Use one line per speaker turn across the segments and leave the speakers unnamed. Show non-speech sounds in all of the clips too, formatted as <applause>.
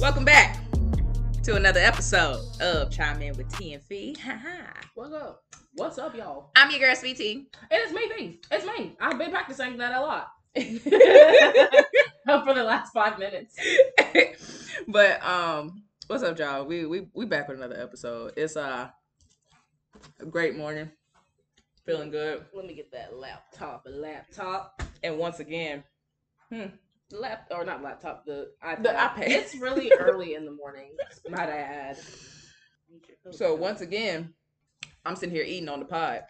Welcome back to another episode of Chime In with T and Fee.
What's up? What's up, y'all?
I'm your girl, Sweet Tea.
And it's me, V. It's me. I've been practicing that a lot <laughs> for the last five minutes.
<laughs> but um, what's up, y'all? We we we back with another episode. It's uh, a great morning, feeling good,
Let me get that laptop. Laptop.
and once again,
Lap or not laptop. The iPad.
The iPad.
It's <laughs> really early in the morning. Might I add?
so once again, I'm sitting here eating on the pod.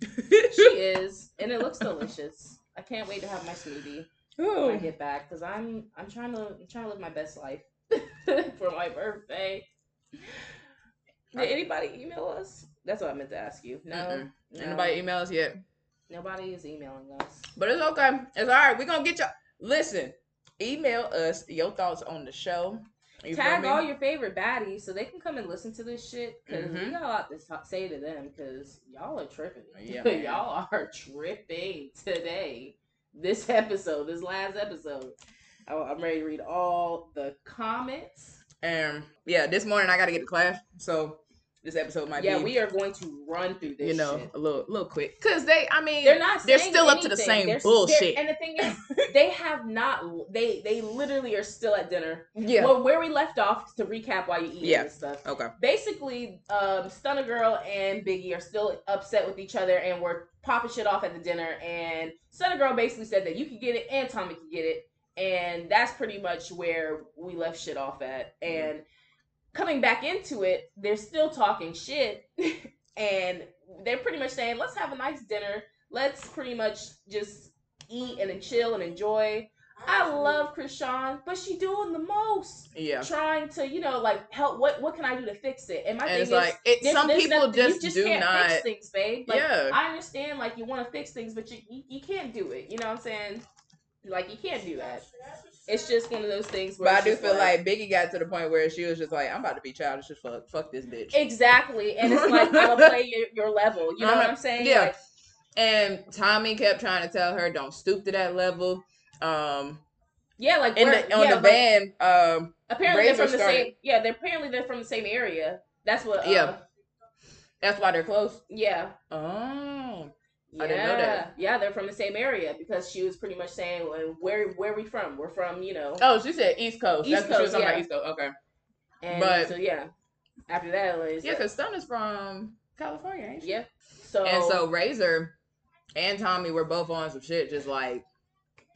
<laughs>
she is, and it looks delicious. I can't wait to have my smoothie when I
Ooh.
get back because I'm I'm trying to I'm trying to live my best life <laughs> for my birthday. Did anybody email us? That's what I meant to ask you. No,
Mm-mm.
no.
Anybody email us yet?
Nobody is emailing us.
But it's okay. It's all right. We're gonna get y'all. Listen, email us your thoughts on the show. You feel
Tag
me?
all your favorite baddies so they can come and listen to this shit because we
Mhm.
got a lot to t- say to them because y'all are tripping.
Uh,
<laughs>
Yeah, man.
y'all are tripping today. This episode, this last episode. Oh, I'm ready to read all the comments.
Um, yeah, this morning I got to get to class, so this episode might
yeah,
be,
we are going to run through this.
you know,
shit.
a little, little quick, cause they, I mean,
they're not.
they're
saying
still up to the
anything.
same
They're- they're-
bullshit.
and the thing
<laughs>
is, they have not. They they literally are still at dinner.
yeah,
Well, where we left off to recap while you eat
Yeah.
and stuff.
okay,
basically, um, Stunner Girl and Biggie are still upset with each other and were popping shit off at the dinner. And Stunner Girl basically said that you could get it and Tommy could get it. And that's pretty much where we left shit off at. And coming back into it, they're still talking shit. <laughs> and they're pretty much saying, let's have a nice dinner. Let's pretty much just eat and then chill and enjoy. I love Krishan, but she doing the most
yeah,
trying to you know like help what what can i do to fix it and my
and
thing
it's like, it,
is
some
there's
people
nothing- you
just, do
can't
not,
fix things babe like
yeah,
i understand like you want to fix things but you, you you can't do it you know what i'm saying like you can't do that it's just one of those things where
but I
it's
do
just
feel like Biggie got to the point where she was just like, I'm about to be childish as fuck, fuck this bitch,
exactly and
<laughs>
it's like i'm gonna play your, your level you know
I'm
what
a-
i'm saying
Uh-huh. yeah.
Like,
and Tommy kept trying to tell her, don't stoop to that level, um,
yeah like
in
we're-
the on
yeah,
the
like,
van, um,
apparently they're from
Razor
the
started-
same yeah they're apparently they're from the same area that's what uh,
Yeah. that's why they're close.
yeah
Oh,
Yeah.
I didn't know that.
Yeah, they're from the same area because she was pretty much saying, well, "Where where we from? We're from you know."
oh, she said East Coast.
East
That's what she was
Coast,
talking about
yeah.
East Coast. Okay.
And
but-
so yeah, after that, like,
Yeah, because Stone is from California, ain't she?
yeah. So
And so Razor and Tommy were both on some shit, just like,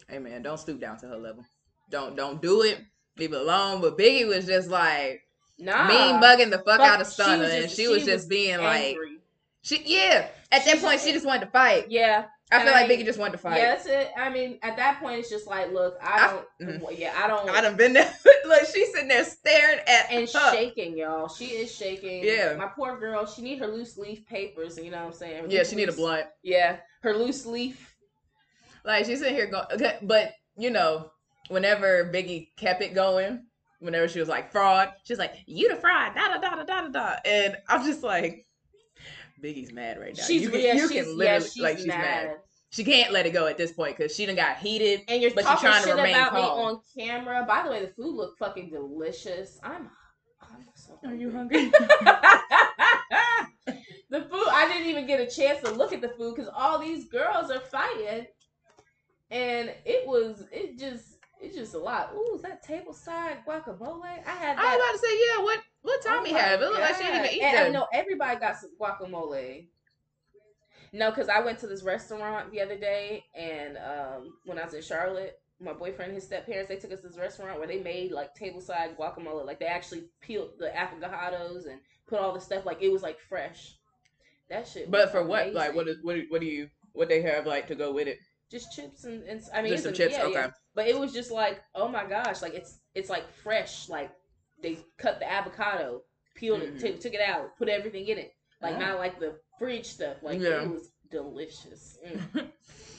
hey man, don't stoop down to her level. Don't don't do it. Leave it alone. But Biggie was just like
nah,
mean bugging the fuck
but
out of
she was
Stunner,
just-
and Ah. she was
she
just
was
being like,
angry.
she yeah. At
She
that point,
just-
she just wanted to fight.
yeah,
I feel like
and-
Biggie just wanted to fight.
yeah. That's it. I mean, at that point, it's just like, look, I
I- mm-hmm.
don't. well, yeah, I don't.
I done been there. <laughs> Look, she's sitting there staring at
and
her.
shaking, y'all. She is shaking.
Yeah.
My poor girl. She need her loose leaf papers. You know what I'm saying? Her
Yeah,
loose
she need a
leaf-
blunt.
Yeah, her loose leaf.
Like she's sitting here going, okay, but you know, whenever Biggie kept it going, whenever she was like fraud, she's like you the fraud, da da da da da da da, and I'm just like, Biggie's mad right now.
She's
you can,
yeah,
you
she's,
can
yeah,
literally like she's mad. She can't let it go at this point because she done got heated.
and you're
But you're
talking
trying to
shit
remain
about
calm.
me on camera. By the way, the food looked fucking delicious. I'm, I'm so.
hungry?
<laughs> the food. I didn't even get a chance to look at the food because all these girls are fighting, and it was it just it's just a lot. Ooh, is that table side guacamole? I had
I was
that.
about to say yeah. What what
Oh
Tommy
my
have? It looked like she didn't
God.
even eat
And I
that.
know everybody got some guacamole. No, because I went to this restaurant the other day, and um, when I was in Charlotte, my boyfriend and his step parents they took us to this restaurant where they made like tableside guacamole. Like they actually peeled the avocados and put all the stuff like it was like fresh. That shit. was
But for what? Like
amazing.
what is what do- what do you what they have like to go with it?
Just chips and, and I mean
Just some
it's a-
chips.
yeah,
okay.
yeah. But it was just like oh my gosh, like it's it's like fresh. Like they cut the avocado, peeled
Mhm.
it, took took it out, put everything in it. Like
Oh.
not like the fridge stuff. Like
Yeah. <laughs>
it was delicious. Mm.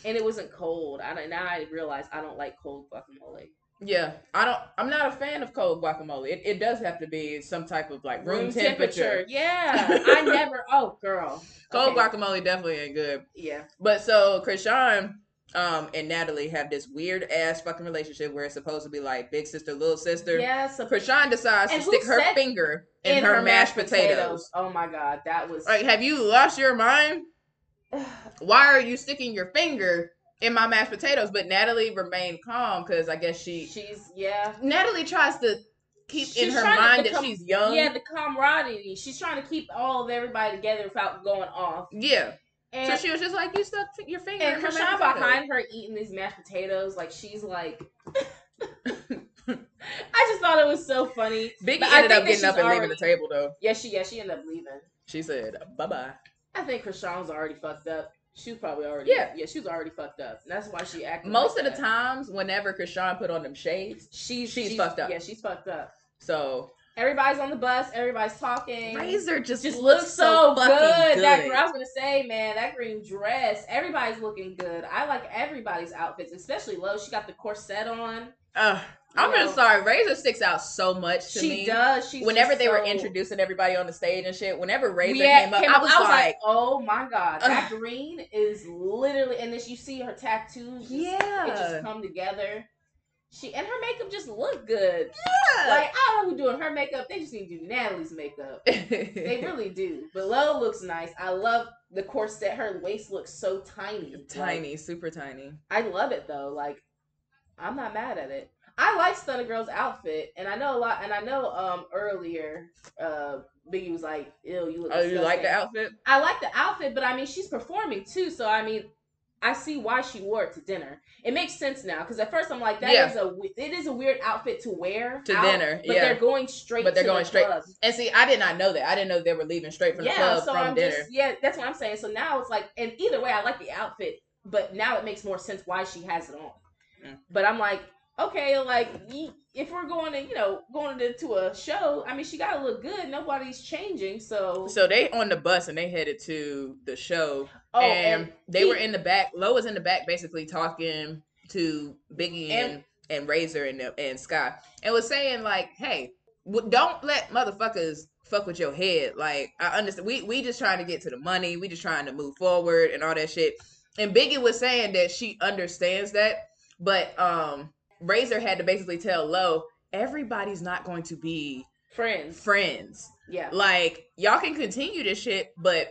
and it wasn't cold. I don't, now I realize I don't like cold guacamole.
Yeah, I don't. I'm not a fan of cold guacamole. It, it does have to be some type of like room, temperature. <laughs>
Yeah, I never. Oh, girl,
Cold
Okay.
guacamole definitely ain't good.
Yeah,
But so Krishan um, and Natalie have this weird ass fucking relationship where it's supposed to be like big sister, little sister.
yes. a-
Krishan decides
And
to
who
stick her
said-
finger in, her, mashed potatoes.
Oh my god, that was.
Like, have you lost your mind? Why are you sticking your finger in my mashed potatoes? But Natalie remained calm because I guess she
<sighs> She's yeah.
Natalie tries to keep in
She's
her
trying to
mind that
become-
she's young.
yeah,
Yeah.
the camaraderie. She's trying to keep all of everybody together without going off.
So
And,
she was just like, you stuck t- your finger
and
in her
Krishan
mashed potatoes.
behind her eating these mashed potatoes, like she's like. <laughs> I just thought it was so funny.
Biggie
But I
ended up
think that
getting up
she's
and leaving the table though.
Yeah, she yeah she ended up leaving.
She said, bye bye.
I think Krishan was already fucked up. She was probably already
Yeah.
yeah she was already fucked up. That's why she acted.
Most
like
of the
that.
times, whenever Krishan put on them shades,
she's,
she's fucked up.
Yeah, she's fucked up.
so
Everybody's on the bus. Everybody's talking.
Razor just,
just
looks, so, fucking
good.
good.
That I was gonna say, man, that green dress. Everybody's looking good. I like everybody's outfits, especially Lo. She got the corset on.
Ugh, I'm
Yo.
just sorry. Razor sticks out so much to
she
me.
does. She's
Whenever
just
they were
so-
introducing everybody on the stage and shit, whenever Razor
Yeah,
came up, I was like,
"Oh my god, that
Ugh.
green is literally." And then you see her tattoos. just-
yeah, <laughs>
it just come together. She and her makeup just looked good.
yeah.
Like I don't know who's doing her makeup. They just need to do Natalie's makeup. They
<laughs>
really do. But Lo looks nice. I love the corset. Her waist looks so tiny. Like,
tiny, super tiny.
I love it though. Like, I'm not mad at it. I like Stunner Girl's outfit, and I know a lot. And I know um earlier, uh, Biggie was like, "Ew, you look."
Oh, you like the
disgusting."
outfit?
I like the outfit, but I mean, she's performing too, so I mean, I see why she wore it to dinner. It makes sense now because at first I'm like, that is
Yeah.
a we- it is a weird outfit to wear
To
out,
dinner,
but
yeah.
they're going straight.
But they're
to
going
the
straight
club.
And see, I did not know that. I didn't know they were leaving straight from the
Yeah,
club
so
from
I'm
dinner.
just yeah, that's what I'm saying. So now it's like, and either way, I like the outfit, but now it makes more sense why she has it on.
Mm.
But I'm like, okay, like ye- if we're going to you know going to, to a show, I mean, she got to look good. Nobody's changing, so,
So they on the bus and they headed to the show.
oh,
and, they were
he-
in the back. Lo was in the back, basically talking to Biggie and and, Razor and the- and Sky, and was saying like, "Hey, w- don't let motherfuckers fuck with your head. Like, I understand. We we just trying to get to the money. We just trying to move forward and all that shit." And Biggie was saying that she understands that, but um, Razor had to basically tell Lo, "Everybody's not going to be
friends,
friends."
yeah.
Like y'all can continue this shit, but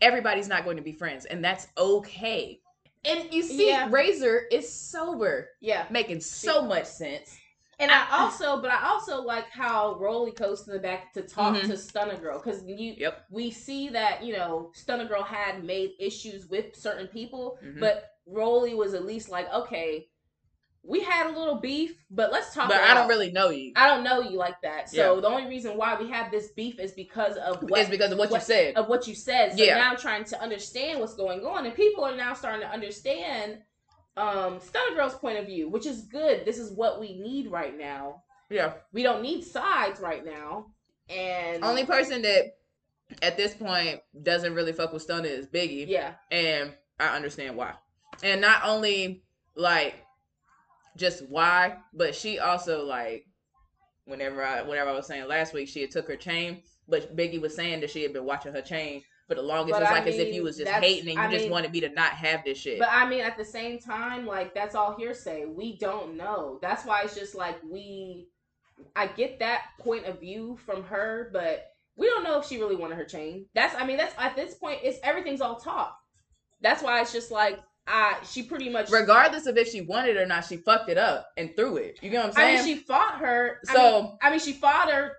everybody's not going to be friends, and that's okay. And you see,
Yeah.
Razor is sober,
Yeah.
making so much sense.
And I also, but I also like how Rolly goes to the back to talk
Mhm.
to Stunner Girl because you,
Yep.
we see that you know Stunner Girl had made issues with certain people,
Mhm.
but Rolly was at least like, okay, we had a little beef, but let's talk.
But
it
I don't
out.
really know you.
I don't know you like that. So the only reason why we have this beef is because of what
it's because of what,
what-
you said.
of what you said. So
Yeah.
now I'm trying to understand what's going on, and people are now starting to understand um Stunner Girl's point of view, which is good. This is what we need right now
yeah.
we don't need sides right now. And
Only person that at this point doesn't really fuck with Stunner is Biggie,
yeah,
and I understand why. And not only like just why, but she also like whenever I whenever I was saying last week, she had took her chain, but Biggie was saying that she had been watching her chain for the longest. it
But
was
I
like as if
mean,
you was just
that's-
hating and you
I
just
mean-
wanted me to not have this shit.
but I mean, at the same time, like that's all hearsay. We don't know. That's why it's just like we. I get that point of view from her, but we don't know if she really wanted her chain. That's I mean, that's at this point, it's everything's all talk. That's why it's just like I. She pretty much.
Regardless of if she wanted it or not, she fucked it up and threw it. You get what I'm
I
saying?
mean, she fought her. I mean,
so
I mean, she fought her,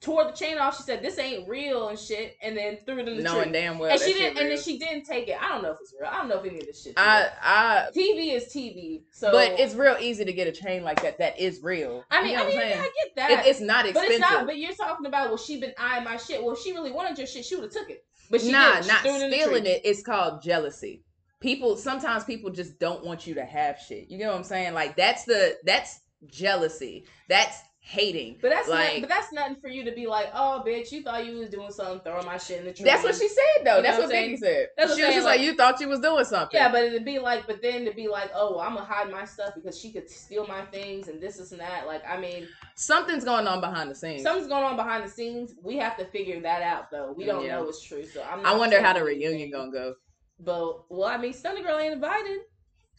tore the chain off. She said, "This ain't real" and shit, and then threw it in the tree.
knowing damn well
and
that
she
shit
didn't, and then
real.
she didn't take it. I don't know if it's real. I don't know if any of this shit. is
I
real.
I
TV is TV, so
but it's real easy to get a chain like that. That is real.
I
You
mean,
know
I
what
mean,
I'm saying?
I get
It-
that,
it's not
but
expensive.
it's not. But you're talking about well, she been eyeing my shit. Well, if she really wanted your shit. She would have took it, but she
nah,
didn't. She
not
threw it in the
stealing
tree.
it. It's called jealousy. People sometimes people just don't want you to have shit. You know what I'm saying? Like that's the that's jealousy. That's hating.
But that's
like
not, but that's nothing for you to be like, oh bitch, you thought you was doing something, throwing my shit in the tree.
that's what she said though.
You
that's
know
what
what I'm
Biggie said.
That's what
she
I'm
was
saying,
just like,
like-
you thought you was doing something.
Yeah, but it'd be like, but then to be like, oh, well, I'm gonna hide my stuff because she could steal my things and this is and that. Like, I mean,
something's going on behind the scenes.
something's going on behind the scenes. We have to figure that out, though. We don't
Yeah.
know it's true, so I'm. Not
I wonder how the
saying
reunion
anything.
gonna go.
But well, I mean, Stunner Girl ain't invited.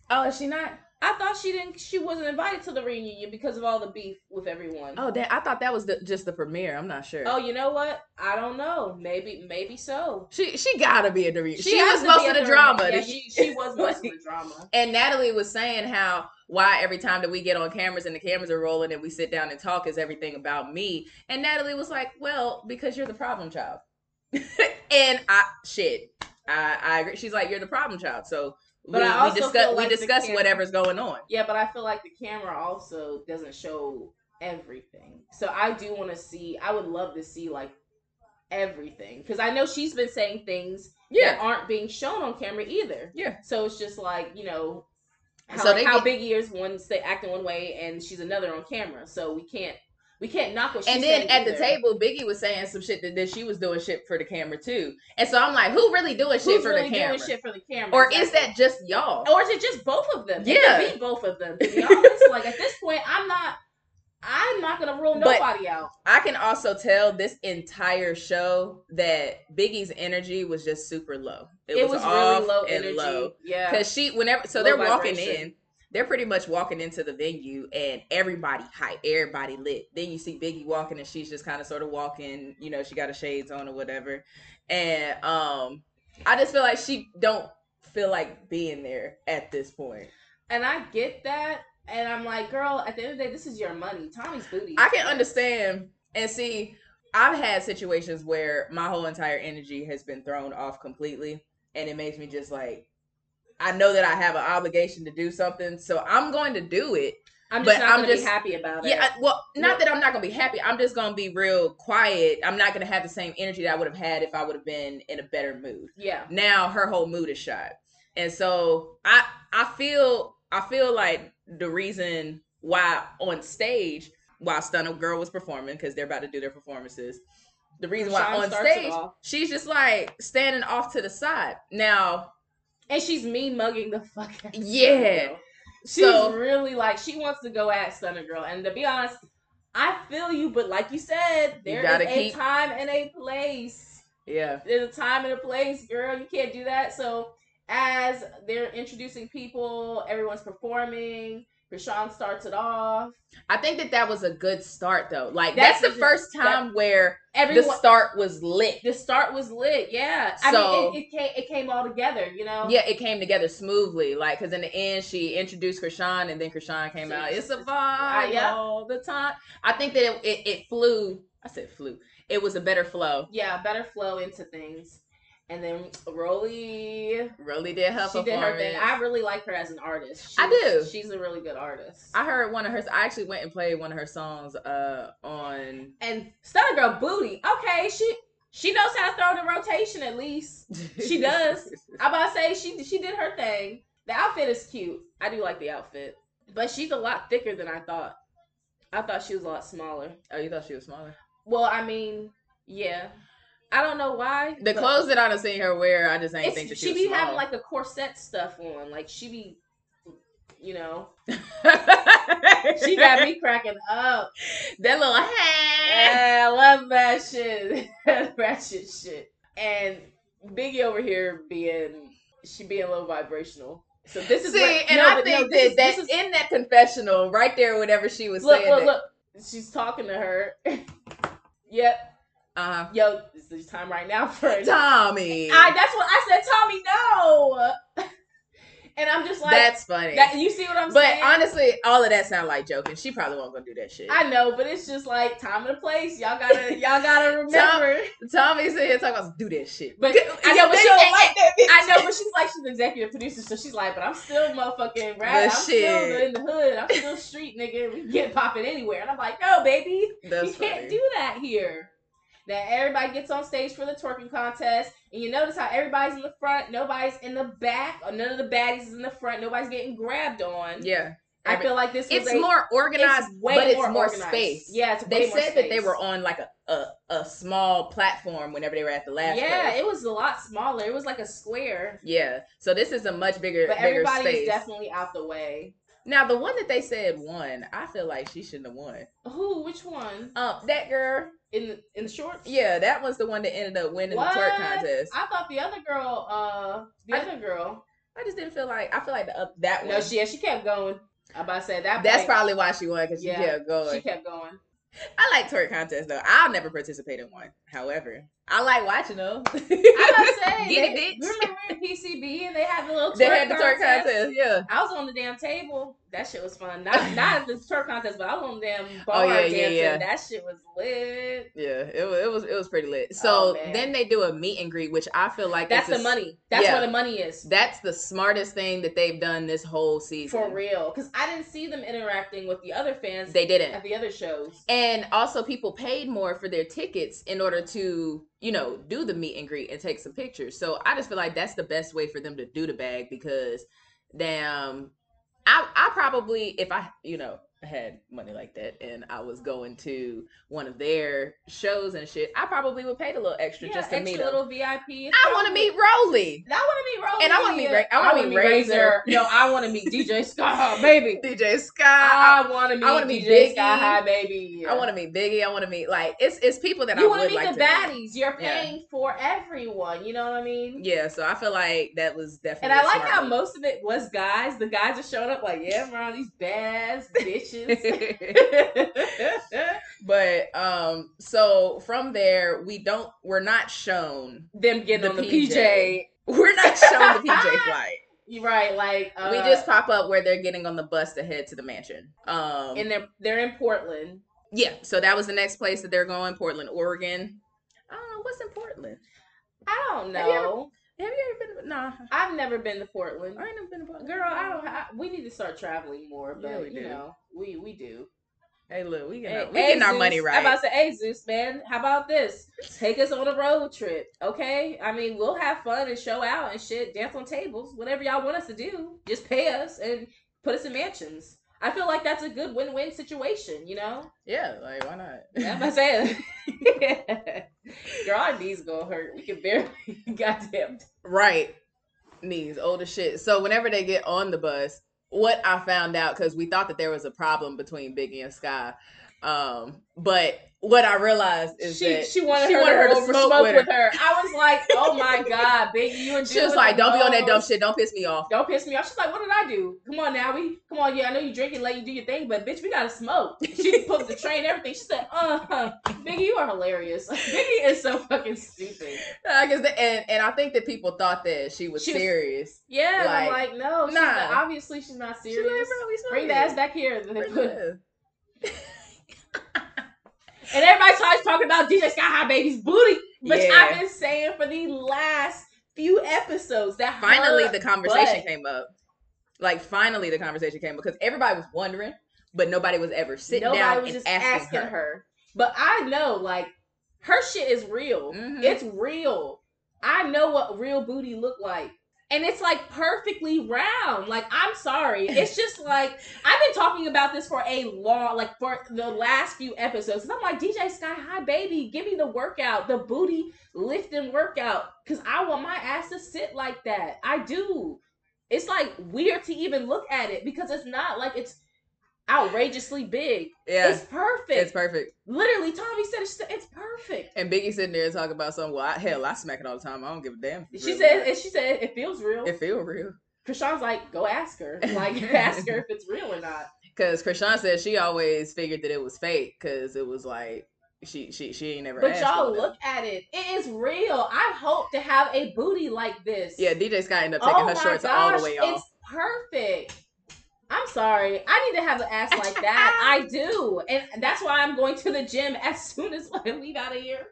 Oh, is she not?
I thought she didn't. She wasn't invited to the reunion because of all the beef with everyone.
Oh, that I thought that was the, just the premiere. I'm not sure.
Oh, you know what? I don't know. Maybe, maybe so.
she she gotta be at the reunion. She, was
has to be
most of
at
the drama.
Yeah, she, she was most of the
<laughs>
drama.
and Natalie was saying how why every time that we get on cameras and the cameras are rolling and we sit down and talk is everything about me. And Natalie was like, "Well, because you're the problem child." <laughs> and I shit, I I agree. She's like, "You're the problem child." So
But
we,
I also
we discuss
feel like
we
the
discuss
camera-
whatever's going on.
Yeah, but I feel like the camera also doesn't show everything. So I do want to see. I would love to see like everything because I know she's been saying things that aren't being shown on camera either.
Yeah.
So it's just like you know. How,
So they
how
get-
big ears one say acting one way and she's another on camera, so we can't we can't knock what she's
and then
saying
at the
either.
table, Biggie was saying some shit that, that she was doing shit for the camera too. And so I'm like, who really doing shit
Who's
for
really
the camera?
doing shit for the camera?
Or is
Exactly.
that just y'all?
or is it just both of them? It
Yeah.
could be both of them. To be honest, like at this point, I'm not. I'm not gonna rule
But-
nobody out.
I can also tell this entire show that Biggie's energy was just super low.
It, was,
off
really low
and
energy.
low.
Yeah.
Because she, whenever, so
Low
they're walking
vibration.
in, they're pretty much walking into the venue and everybody hype, everybody lit. Then you see Biggie walking and she's just kind of sort of walking, you know, she got her shades on or whatever. And um I just feel like she don't feel like being there at this point.
And I get that. And I'm like, girl, at the end of the day, this is your money. Tommy's booty.
I can understand and see. I've had situations where my whole entire energy has been thrown off completely, and it makes me just like, I know that I have an obligation to do something, so I'm going to do it.
I'm just
but
not
I'm
gonna
just-
be happy about it.
Yeah, I, well, not
Yeah.
that I'm not going to be happy. I'm just going to be real quiet. I'm not going to have the same energy that I would have had if I would have been in a better mood.
yeah.
Now her whole mood is shot, and so I I feel I feel like the reason why on stage while Stunner Girl was performing because they're about to do their performances, the reason why
Sean
on
starts it
stage
off.
she's just like standing off to the side. Now,
And she's me mugging the fuck out. of Stunner
Yeah.
Girl. She's
so
really like she wants to go at Stunner Girl. And to be honest, I feel you, but like you said,
You
there
gotta
is
keep-
a time and a place.
yeah,
there's a time and a place, girl. You can't do that. So as they're introducing people, everyone's performing. Rashawn starts it off.
I think that that was a good start though. Like
That's
that's,
the-
the first time where the
Everyone,
start was lit.
the, start was lit. Yeah, I
So-
mean, it, it came it came all together. You know.
Yeah, it came together smoothly. Like, cause in the end, she introduced Krishan, and then Krishan came out. It's a vibe
yeah.
all the time. I think that it, it it flew. I said flew. It was a better flow.
Yeah, better flow into things. And then Rolly,
Really did her
she did her
performance.
thing. I really like her as an artist.
I
She's-
do.
She's a really good artist.
I heard one of her. I actually went and played one of her songs. Uh, on
and Stunner Girl booty. Okay, she she knows how to throw the rotation at least. She does. I'm about to say she she did her thing. The outfit is cute. I do like the outfit, but she's a lot thicker than I thought. I thought she was a lot smaller.
<laughs> oh, you thought she was smaller?
Well, I mean, yeah. I don't know why.
The
but
clothes that I done seen her wear, I just ain't
it's-
think that she,
she
was
be
small.
having like the corset stuff on. Like she be, you know, <laughs>
<laughs>
she got me cracking up.
that little hey.
Yeah, I love that shit. <laughs> Ratchet shit. And Biggie over here being she being low vibrational. So this is
See,
where-
and
no,
I
but no,
think
this
that,
is-
that
this is-
in that confessional, right there, whenever she was
look,
saying
look,
that,
look. She's talking to her. <laughs> yep.
Uh-huh.
Yo, this is time right now for it.
uh, Tommy.
I, that's what I said, Tommy. No. <laughs> and I'm just like,
That's funny.
that, you see what I'm
but
saying?
honestly, all of that sound like joking. She probably won't go do that shit.
I know, but it's just like time and a place.
<laughs>
Y'all gotta, y'all gotta remember.
Tommy's in here talking about do that shit. <laughs>
But I know, but she don't like I know, but she's like she's an executive producer, so she's like, but I'm still motherfucking rad.
But
I'm still
shit.
in the hood. I'm still street nigga. We can get popping anywhere. And I'm like, no, baby.
<laughs> That's
you can't
funny.
do that here. That everybody gets on stage for the twerking contest, and you notice how everybody's in the front, nobody's in the back, or none of the baddies is in the front, nobody's getting grabbed on.
Yeah.
I feel like this was
it's
a-
more organized,
it's way
but it's
more
more,
organized.
space.
Yeah, it's
They
way more
said that they
space.
were on like a, a a small platform whenever they were at the last.
Yeah,
place.
it was a lot smaller. It was like a square,
yeah. So this is a much bigger,
but
bigger
everybody
space.
is definitely out the way.
now the one that they said won, I feel like she shouldn't have won.
Who? Which one?
Um, that girl,
In the in the shorts?
yeah, that was the one that ended up winning the twerk
What?
contest.
I thought the other girl. Uh, the
I-
other girl.
I just didn't feel like I feel like the, up that one.
No, she yeah, she kept going. I'm about to say at that.
That's
point,
probably why she won because she
Yeah,
kept going.
She
<laughs>
kept going.
I like twerk contests though. I'll never participate in one. However, I like watching them. <laughs>
I'm about to
Get
say. they-
it, bitch.
Remember in PCB and they had the little.
they
twerk
had the twerk contest, yeah.
I was on the damn table. That shit was
<laughs>
fun. Not not at the twerk contest, but I was on the damn bar
Oh, yeah, yeah,
dancing.
yeah.
That shit was lit.
Yeah, it, wa- it was it was pretty lit.
Oh,
So
man.
then they do a meet and greet, which I feel like
That's
it's
the
a-
money. That's
yeah.
where the money is.
That's the smartest thing that they've done this whole season.
For real. Because I didn't see them interacting with the other fans
They
at
didn't.
the other shows.
And also, people paid more for their tickets in order to, you know, do the meet and greet and take some pictures. So I just feel like that's the best way for them to do the bag because, damn, I I probably if I you know had money like that and I was going to one of their shows and shit, I probably would pay a little extra
Yeah,
just to
extra
meet 'em.
little VIP.
I want to meet Rowley.
I want to meet Rosie.
And I wanna meet Ra- I wanna meet Razor.
<laughs> No, I want to meet
<laughs>
DJ Sky High, Uh-huh, baby.
DJ Sky. I,
I want to meet
wanna meet
DJ Sky
Biggie.
High, baby.
want to meet Biggie. I want to meet like it's it's people that I
Uh, You
would
want to meet
like
the
to
baddies. You're
Yeah.
paying for everyone. You know what I mean?
meet. Yeah, so I feel like that was
And
definitely.
I
a
like
smart
how
move.
most of it was guys. The guys are showing up like, yeah, we're on these
<laughs>
bads, bitches.
but um, so from there we don't we're not shown <laughs>
Them getting
The
on the PJ.
PJ. we're not shown <laughs> the PJ flight.
You're right. Like uh,
we just pop up where they're getting on the bus to head to the mansion. Um,
and they're they're in Portland.
yeah, so that was the next place that they're going, Portland, Oregon. I don't know what's in Portland.
I don't
Have you ever-
know.
Have you ever been? To, nah,
I've never been to Portland.
I ain't never been to Portland.
Girl, I don't. I, we need to start traveling more, but
Yeah, we
you
do.
know, we we do.
Hey, look, we
Hey,
getting, we getting our
Zeus.
money
I'm
right.
about to say, hey Zeus, man, how about this? Take us on a road trip, okay? I mean, we'll have fun and show out and shit, dance on tables, whatever y'all want us to do. Just pay us and put us in mansions. I feel like that's a good win-win situation, you know?
yeah, like why not?
I'm about to say, <laughs>
<laughs>
girl, our knees gonna hurt. We can barely, <laughs> goddamn.
right knees old as shit so whenever they get on the bus what i found out because we thought that there was a problem between biggie and sky um but what i realized is
She
that
she wanted her, to, go over smoke, with, her. I was like, oh my god, bitch, you and
she was like don't be on that
dumb
dumb shit don't piss me
<laughs>
off
don't piss me off. She's like, what did I do? Come on now, we come on. Yeah, I know you drinking late, you do your thing, but bitch, we gotta smoke.
<laughs>
She put the train, everything. She said, uh, huh Biggie, you are hilarious. <laughs> Biggie is so fucking stupid.
i guess the, and, and i think that people thought that she was
She was
serious
Yeah, and I'm
Like,
like, no, she's
nah.
not, obviously she's not
She was like,
serious.
"Bro, we
Bring the
smoking.
ass back here. <laughs> And,
Bring the ass."
then they put, and everybody's always talking about DJ Sky High Baby's booty, which
Yeah.
I've been saying for the last few episodes that
finally
her-
the conversation
butt.
came up like finally the conversation came up because everybody was wondering but nobody was ever sitting
nobody
down
was
and
just
asking,
asking her.
her,
But I know, like, her shit is real.
Mhm.
It's real. I know what real booty look like. And it's like perfectly round. Like,
<laughs>
I'm sorry. It's just like I've been talking about this for a long, like for the last few episodes. And I'm like, DJ Sky High baby, give me the workout, the booty lifting workout. Cause I want my ass to sit like that. I do. It's like weird to even look at it because it's not like it's outrageously big.
yeah
It's perfect.
it's perfect
Literally, Tommy said it's, it's perfect.
And Biggie sitting there talking about something. Well, I, hell, I smack it all the time. I don't give a damn. if it's
She
real
said,
or
and she said it feels real.
not. it feel real.
Krishan's like, go
<laughs>
ask her, like <laughs> ask her if it's real or not.
Because Krishan said she always figured that it was fake because it was like she she she ain't never.
But
asked
y'all
for it.
look at it; it is real. I hope to have a booty like this. Oh
Yeah, DJ Scott ended up taking her shorts all the way off.
It's perfect. I'm sorry. I need to have an ass like
<laughs>
that. I do. And that's why I'm going to the gym <laughs> as soon as I leave out of here.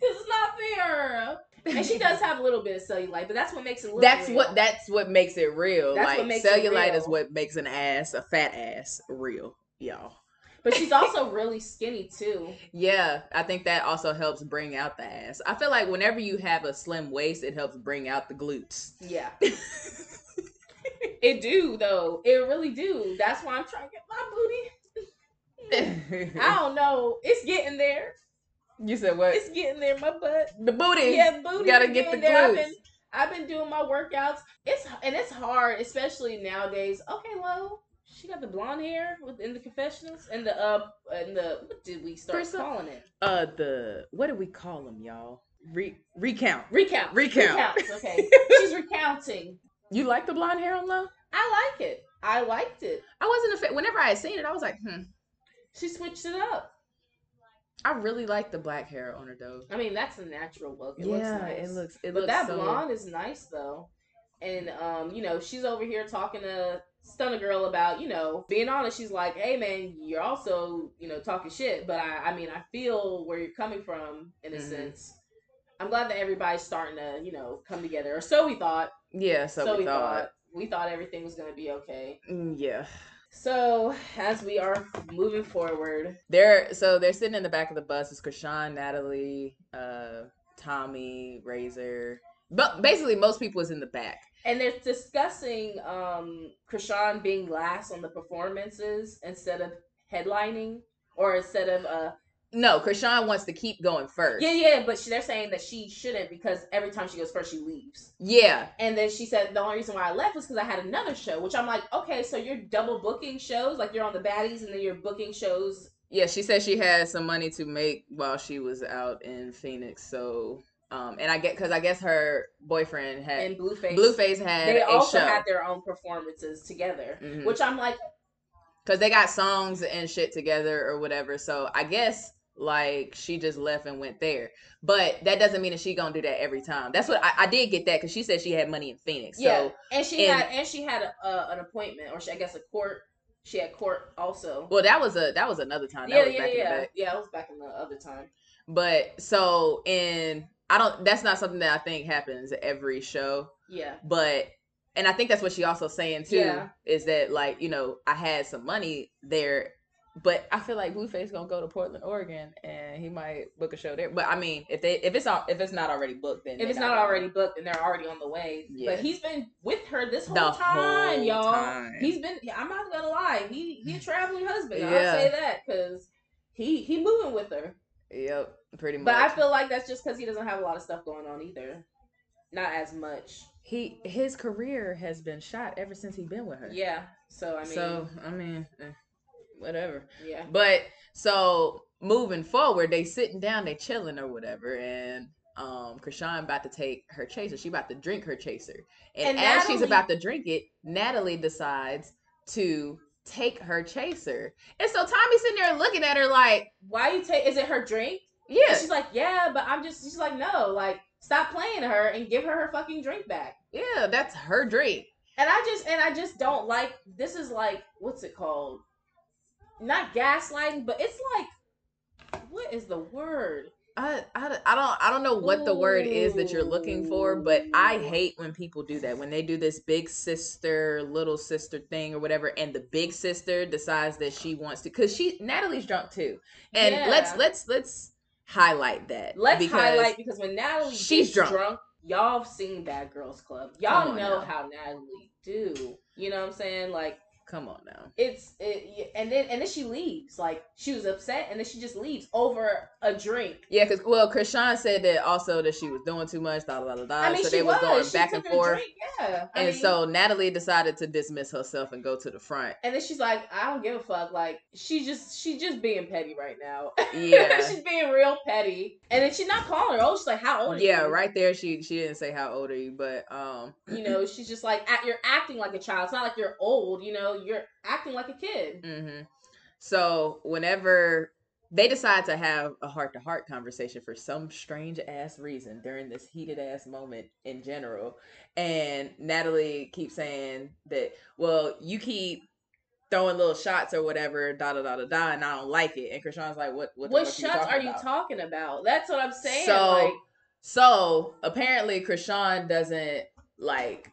This is not fair. And
<laughs>
she does have a little bit of cellulite, but that's what makes it look
That's
real.
what that's what makes it real.
That's
like
what makes it
cellulite is
real.
what makes an ass a fat ass real, y'all.
But
<laughs>
she's also really skinny too.
Yeah, I think that also helps bring out the ass. I feel like <laughs> whenever you have a slim waist, it helps bring out the glutes.
Yeah. It do though. It really do. That's why I'm trying to get my booty. I don't know. It's getting there.
you said what?
It's getting there. My butt.
the booty.
Yeah, booty.
gotta
is
get
getting
the
there. I've
glutes.
been, I've been doing my workouts. It's and it's hard, especially nowadays. Okay, well, she got the blonde hair within the confessionals and the uh and the what did we start
Perso-
calling it?
Uh, the what do we call them, y'all? Re- recount.
Recount.
Recount.
Recounts.
<laughs>
Okay, she's recounting.
You like the blonde hair on low?
I like it. I liked it.
I wasn't a fan. Whenever I had seen it, I was like, hmm.
She switched it up.
I really like the black hair on her though.
I mean, that's a natural look. It
yeah,
looks nice.
it looks. It
but
looks
that
so-
blonde is nice though. And um, you know, she's over here talking to Stunner Girl about, you know, being honest, she's like, Hey man, you're also, you know, talking shit. But I I mean I feel where you're coming from in a
Mhm.
sense. I'm glad that everybody's starting to, you know, come together. Or so we thought.
Yeah, so, we thought.
We thought everything was gonna be okay.
Mm, Yeah,
So as we are moving forward,
they're so they're sitting in the back of the bus. It's Krishan, Natalie, uh, Tommy, Razor. But basically, most people is in the back.
and they're discussing um Krishan being last on the performances instead of headlining or instead of uh
No, Krishan wants to keep going first.
yeah yeah but she, they're saying that she shouldn't because every time she goes first she leaves
yeah,
and then she said the only reason why I left was because I had another show which I'm like okay so you're double booking shows like you're on the baddies and then you're booking shows
yeah. She said she had some money to make while she was out in Phoenix. So, um, and I get because I guess her boyfriend had
and Blueface
Blueface had
they
a
also
show.
had their own performances together
Mhm.
which I'm like
because they got songs and shit together or whatever. So I guess like she just left and went there, but that doesn't mean that she gonna do that every time. That's what I, I did get that because she said she had money in Phoenix.
yeah
So
and she
and-
had and she had a, a, an appointment or she, I guess a court she had court also
well, that was a that was another time. That
yeah,
was
yeah,
back in the
yeah,
day.
yeah. It was back in the other time.
But so and I don't. That's not something that I think happens every show,
Yeah,
but. And I think that's what she also saying too
Yeah.
is that like you know I had some money there, but I feel like Blueface gonna go to Portland, Oregon, and he might book a show there. But I mean, if they if it's all if it's not already booked, then
if
they
it's
not
not
gonna-
already booked and they're already on the way,
Yeah.
but he's been with her this whole
The
time,
whole
y'all.
time.
He's been. I'm not gonna lie. He he a traveling husband.
Yeah.
I'll say that because he he moving with her.
yep, pretty much.
But I feel like that's just because he doesn't have a lot of stuff going on either. Not as much.
he his career has been shot ever since he been with her.
Yeah. So I mean,
so I mean, eh, whatever.
yeah.
But so moving forward, they sitting down, they chilling or whatever, and um Krishan about to take her chaser. She about to drink her chaser. And,
And
as she's
Natalie-
about to drink it, Natalie decides to take her chaser. And so Tommy's sitting there looking at her like,
Why you take? Is it her drink? And
Yeah,
she's like, yeah, but I'm just. She's like, no, like stop playing her and give her her fucking drink back.
yeah, that's her drink.
And I just and I just don't like this is like what's it called? Not gaslighting, but it's like what is the word?
I, I, I don't I don't know what the word is that you're looking for, but I
Ooh.
hate when people do that. When they do this big sister little sister thing or whatever, and the big sister decides that she wants to, because she Natalie's drunk too, and let's
Yeah.
let's let's highlight that.
Let's
because
highlight because when Natalie
she's
she's
drunk.
drunk. y'all have seen Bad Girls Club. Y'all
Come on
know
now.
how Natalie do. You know what I'm saying? Like
Come on now.
it's it, y- and then and then she leaves. Like she was upset and then she just leaves over a drink.
Yeah, because well, Krishan said that also that she was doing too much, da da da da.
I
Uh,
mean,
so
she
they
was
were going
She
back
took
and
her
forth,
Drink. Yeah, I
and
mean-
so Natalie decided to dismiss herself and go to the front.
<laughs> And then she's like, I don't give a fuck. Like she just she just being petty right now.
Yeah.
<laughs> she's being real petty. And then she's not calling her old. She's like, how old are
Yeah,
you?
right there she she didn't say how old are you, but um
You know, she's just like, act, you're acting like a child. It's not like you're old, you know, you're acting like a kid.
hmm So whenever they decide to have a heart to heart conversation for some strange ass reason during this heated ass moment in general, and Natalie keeps saying that, well, you keep throwing little shots or whatever, da da da da da, and I don't like it. And Krishan's like, what what,
What,
the fuck
shots are you
about?
talking about? That's what I'm saying.
So-
like,
So apparently, Krishan doesn't like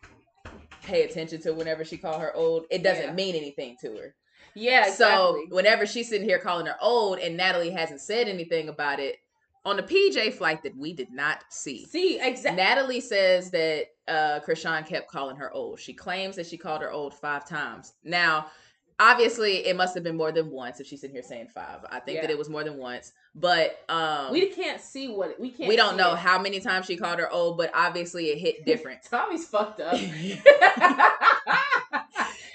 pay attention to whenever she call her old. It doesn't
Yeah.
mean anything to her.
yeah,
So
exactly.
whenever she's sitting here calling her old, and Natalie hasn't said anything about it, on the PJ flight that we did not see.
See, exactly.
Natalie says that uh Krishan kept calling her old. She claims that she called her old five times. Now, obviously it must have been more than once if she's in here saying five. I think that
Yeah.
it was more than once. But um
we
we,
can't see what we can't.
don't
see
know
it.
how many times she called her old, but obviously it hit
<laughs>
different.
Tommy's fucked up.
<laughs> so
she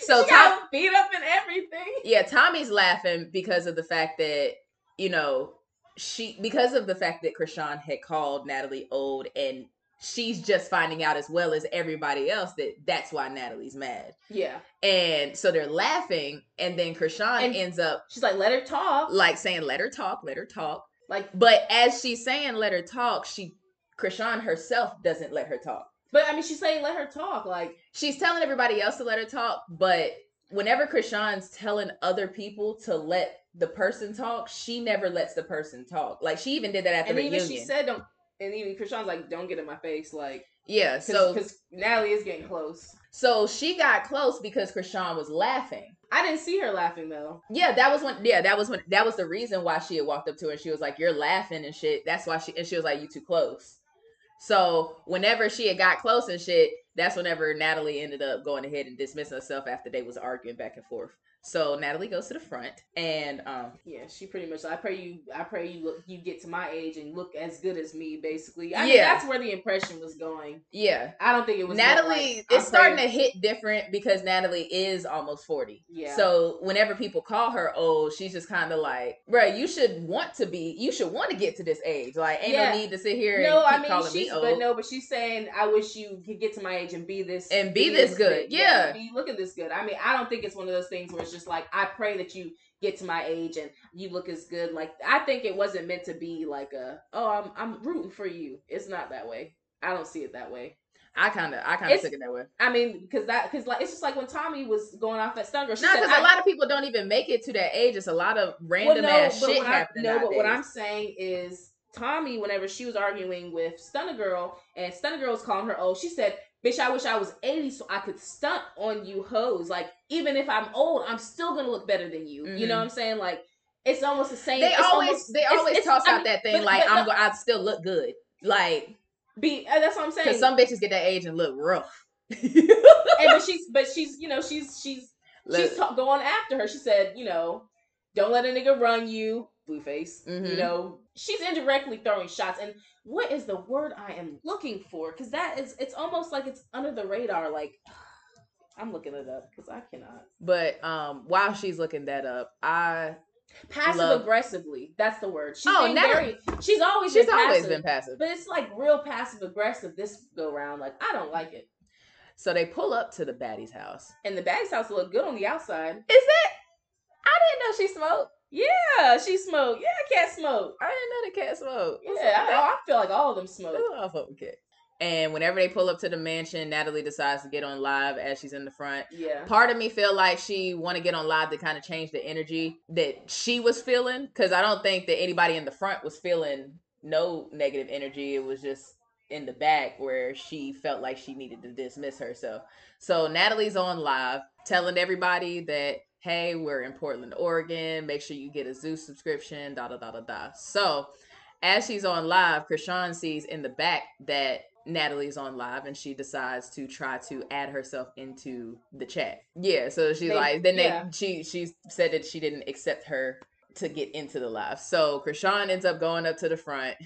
Tom,
got beat up and everything.
yeah, Tommy's laughing because of the fact that, you know, she because of the fact that Krishan had called Natalie old and she's just finding out as well as everybody else that that's why Natalie's mad.
Yeah,
And so they're laughing and then Krishan
And-
ends up
she's like, let her talk.
like saying let her talk, let her talk.
Like,
But as she's saying let her talk, she Krishan herself doesn't let her talk.
but I mean, she's saying let her talk. Like,
she's telling everybody else to let her talk, but whenever Krishan's telling other people to let the person talk, she never lets the person talk. Like she even did that at the
and even
reunion.
she said, don't. And even Krishan's like, don't get in my face. Like,
yeah,
cause,
so
'cause Natalie is getting close.
so she got close because Krishan was laughing.
I didn't see her laughing though.
Yeah, that was when. Yeah, that was when. That was the reason why she had walked up to her and she was like, "You're laughing and shit." That's why she and she was like, "You too close." So whenever she had got close and shit, that's whenever Natalie ended up going ahead and dismissing herself after they was arguing back and forth. So Natalie goes to the front and um,
Yeah, she pretty much. I pray you. I pray you. Look, you get to my age and look as good as me. Basically, I mean,
Yeah.
that's where the impression was going.
yeah,
I don't think it was meant
Natalie
like,
it's
I
starting
pray-
to hit different because Natalie is almost forty.
Yeah.
So whenever people call her old, she's just kind of like, "Bruh, you should want to be. You should want to get to this age. Like, ain't
Yeah.
no need to sit here
No,
and keep
I mean
calling
she's
me old."
but no, but she's saying I wish you could get to my age and be this
And be this good, yeah.
be looking this good. I mean, I don't think it's one of those things where it's just like I pray that you get to my age and you look as good. Like I think it wasn't meant to be like a oh I'm I'm rooting for you. It's not that way. I don't see it that way.
I kind of, I kind of
It's-
took it that way.
I mean, because that because like it's just like when Tommy was going off that stunger. She
No,
said,
because
I-
a lot of people don't even make it to that age. It's a lot of random ass shit
what
happening.
I, no, but what I'm
nowadays.
saying is Tommy, whenever she was arguing with Stunner Girl, and Stunner Girl was calling her old, she said, "Bitch, I wish I was 80 so I could stunt on you hoes. Like, even if I'm old, I'm still gonna look better than you. You know
Mhm.
what I'm saying? Like, it's almost the same.
they
it's
always,
almost-
they
it's-
always
it's-
toss
I
out
mean,
that thing
but-
like
but
I'm,
look-
go- I still look good. Like,
Be, uh, that's what I'm saying.
because some bitches get that age and look rough. <laughs>
and but she's, but she's, you know, she's, she's,
Look,
she's ta- going after her. She said, you know, don't let a nigga run you, blueface. You
Mhm.
know, she's indirectly throwing shots. And what is the word I am looking for? Because that is, it's almost like it's under the radar. Like, <sighs> I'm looking it up because I cannot.
but um, while she's looking that up, I
Passive
Love.
aggressively. That's the word. She's
Oh,
been
now-
very, she's always
she's
been
always
passive,
been passive.
But it's like real passive aggressive this go round. Like, I don't like it.
So they pull up to the baddie's house.
And the bag's house look good on the outside.
Is that? I didn't know she smoked.
Yeah, she smoked. Yeah, I can't smoke.
I didn't know the cat smoked. What's
Yeah,
up with
I,
that?
I feel like all of them smoke.
That's what I fuck with Kat. And whenever they pull up to the mansion, Natalie decides to get on live as she's in the front.
Yeah.
Part of me feel like she want to get on live to kind of change the energy that she was feeling because I don't think that anybody in the front was feeling no negative energy. It was just in the back where she felt like she needed to dismiss herself. So Natalie's on live telling everybody that hey, we're in Portland, Oregon. Make sure you get a zoo subscription. Da da da da da. So as she's on live, Krishan sees in the back that Natalie's on live and she decides to try to add herself into the chat. Yeah, so she's
They-
like then
yeah.
they she she said that she didn't accept her to get into the live. So Krishan ends up going up to the front.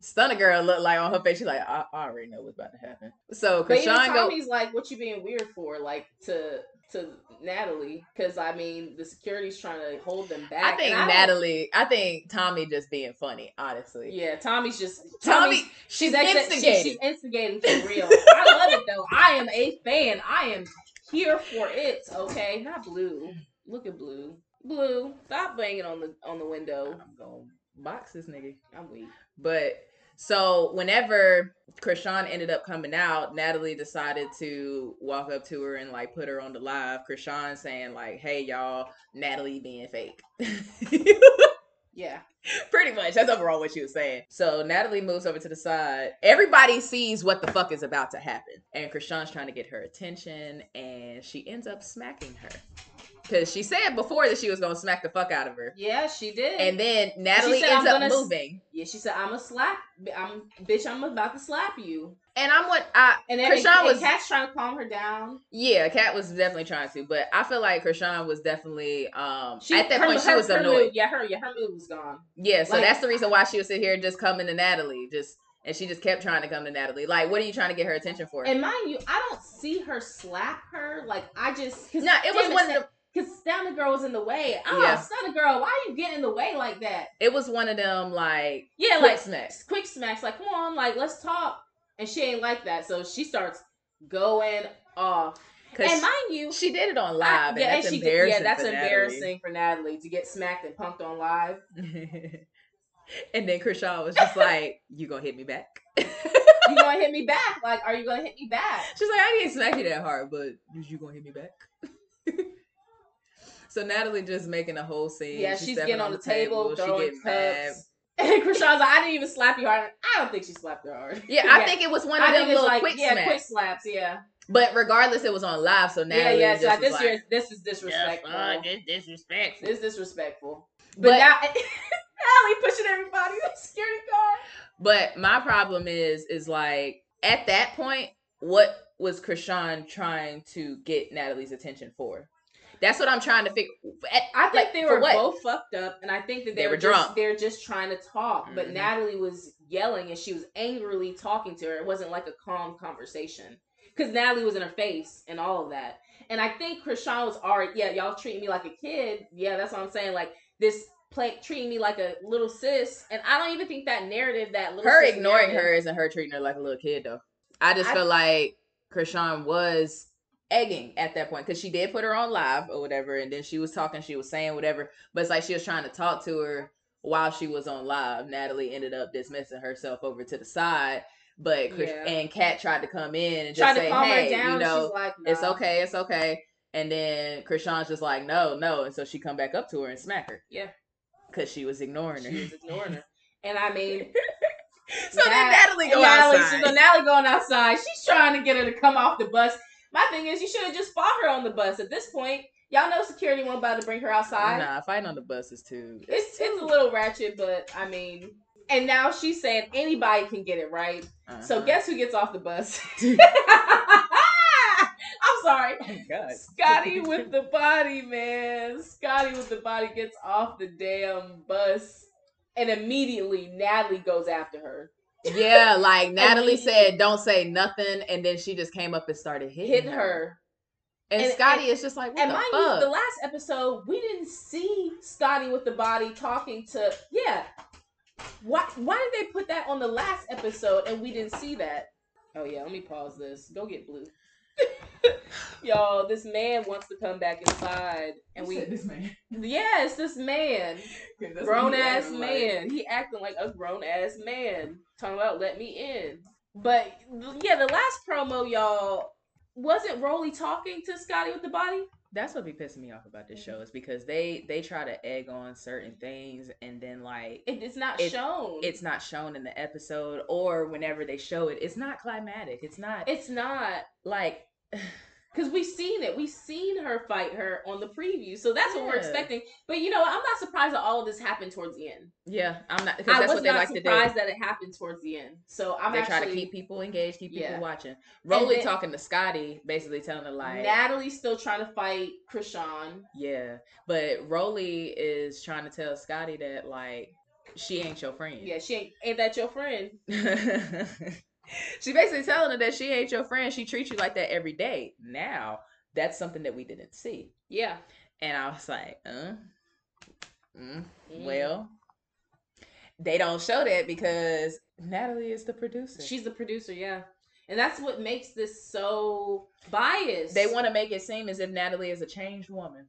Stunner girl looked like on her face, she's like, I, I already know what's about to happen. So
But even
Krishan go
Tommy's like, "What you being weird for?" Like to to Natalie, because I mean, the security's trying to hold them back.
I think
and don't-
Natalie, I think Tommy just being funny, honestly.
Yeah, Tommy's just
Tommy,
Tommy's-
she's
exa- she-
instigating.
she's instigating
<laughs>
for real. I love it though. I am a fan. I am here for it. Okay, not blue. Look at blue. Blue, stop banging on the on the window.
I'm gonna box this nigga.
I'm weak.
But so whenever Krishan ended up coming out, Natalie decided to walk up to her and like put her on the live. Krishan saying like, "Hey y'all, Natalie being fake." <laughs>
Yeah,
Pretty much, that's overall what she was saying. So Natalie moves over to the side. Everybody sees what the fuck is about to happen, and Krishan's trying to get her attention, and she ends up smacking her. because she said before that she was gonna smack the fuck out of her,
Yeah, she did.
and then Natalie
said,
ends
"I'm
up
gonna s-
moving.
yeah, she said, "I'm a slap. I'm bitch. I'm about to slap you."
And I'm what I
And then
Krishan
and,
was-
and Kat's trying to calm her down.
yeah, Kat was definitely trying to, but I feel like Krishan was definitely um
She,
at that
her-
point she
her-
was
her
annoyed.
Mood, yeah, her yeah her mood was gone.
Yeah, so
Like-
that's the reason why she was sitting here just coming to Natalie, just and she just kept trying to come to Natalie. Like, what are you trying to get her attention for?
And mind you, I don't see her slap her. Like I just
no, it was one. Of the,
because Stunner Girl was in the way. Oh,
Yeah.
Stunner Girl, why are you getting in the way like that?
it was one of them like
Yeah,
quick
like
smacks.
quick smacks. Like come on, like let's talk. And she ain't like that, so she starts going off. And
because
mind you,
she, did it on
I-
live, and that's
she did-
embarrassing.
yeah, that's
for Natalie.
embarrassing for Natalie to get smacked and punked on live.
<laughs> and then Krishan was just like, "You gonna hit me back?"
you gonna hit me back? Like, are you gonna hit me back?
She's like, "I didn't smack you that hard, but is you gonna hit me back?" <laughs> so Natalie just making a whole scene.
Yeah,
She
she's
stepping
getting on the table,
she
throwing
getting mad.
cups. <laughs> And Krishan's like, I didn't even slap you hard. I don't think she slapped her hard.
Yeah, I think it was <laughs> one of
I
them
think it's
little
like
quick
yeah,
smacks.
quick slaps. Yeah,
But regardless, it was on live, so now
yeah, yeah.
just
So like,
was
this
like,
year, this is disrespectful.
it's disrespectful.
It's disrespectful. But,
But but,
now, <laughs> Allie pushing everybody <laughs> with security guard.
my problem is is like at that point, what was Krishan trying to get Natalie's attention for? That's what I'm trying to figure. At,
I think
Like,
they
for
were
what?
both fucked up, and I think that they,
They
were
were
just,
drunk.
They're just trying to talk, but
Mhm.
Natalie was yelling, and she was angrily talking to her. It wasn't like a calm conversation because Natalie was in her face and all of that. And I think Krishan was already, yeah, y'all treat me like a kid. Yeah, that's what I'm saying. Like this play treating me like a little sis, and I don't even think that narrative that little
her
sis
ignoring
narrative-
her isn't her treating her like a little kid though. I just
I-
feel like Krishan was egging at that point because she did put her on live or whatever, and then she was talking, she was saying whatever, but it's like she was trying to talk to her while she was on live. Natalie ended up dismissing herself over to the side, but Krish-
Yeah.
and Kat tried to come in and just
tried
say,
to calm
"Hey,
her down.
you
and
know,
she's like,
it's
"Nah."
okay, it's okay." And then Krishan's just like, "No, no," and so she come back up to her and smack her.
Yeah.
because she was ignoring her.
She was ignoring her, and I mean.
<laughs> so then
Nat-
Natalie
And
go
Natalie,
outside.
So Natalie going outside. She's trying to get her to come off the bus. My thing is, you should have just fought her on the bus. At this point, y'all know security won't bother to bring her outside.
Nah, fighting on the bus is too.
It's it's a little ratchet, but I mean, and now she's saying anybody can get it right. So
uh-huh. <laughs>
guess who gets off the bus? <laughs> I'm sorry,
Oh my God. <laughs>
Scotty with the body, man. Scotty with the body gets off the damn bus, and immediately Natalie goes after her.
yeah,
<laughs>
like Natalie
mean-
said, don't say nothing, and then she just came up and started hitting,
Hitting her.
And,
And-
Scotty is just like, what
And
the
mind
fuck?
you, the last episode, we didn't see Scotty with the body talking to yeah. Why why did they put that on the last episode and we didn't see that? Oh yeah, let me pause this. Go get blue. <laughs> Y'all, this man wants to come back inside <laughs> and
<laughs>
we
this man,
Yes, this man. grown ass man. He acting like a grown ass man. Talking about let me in. But yeah, the last promo, y'all, wasn't Rolly talking to Scotty with the body?
That's what be pissing me off about this
Mm-hmm.
show is because they they try to egg on certain things, and then like
it is not
It-
shown.
it's not shown in the episode, or whenever they show it, it's not climatic. It's not
it's not
like
because we've seen it. We've seen her fight her on the preview, so that's what we're
Yeah.
expecting. But you know, what? I'm not surprised that all of this happened towards the end.
yeah, I'm not because
I
that's
was
what they
not
like to do.
surprised that it happened towards the end. So I'm
they
actually
try to keep people engaged, keep people
Yeah.
watching. Rolly
then-
talking to Scotty, basically telling her like,
Natalie's still trying to fight Krishan.
yeah, but Rolly is trying to tell Scotty that like she ain't your friend.
Yeah, she ain't ain't that your friend?
<laughs> she basically telling her that she ain't your friend. She treats you like that every day. Now that's something that we didn't see,
Yeah.
and I was like, uh, mm,
Mm.
well, they don't show that because Natalie is the producer.
she's the producer. Yeah, and that's what makes this so biased.
they want to make it seem as if Natalie is a changed woman.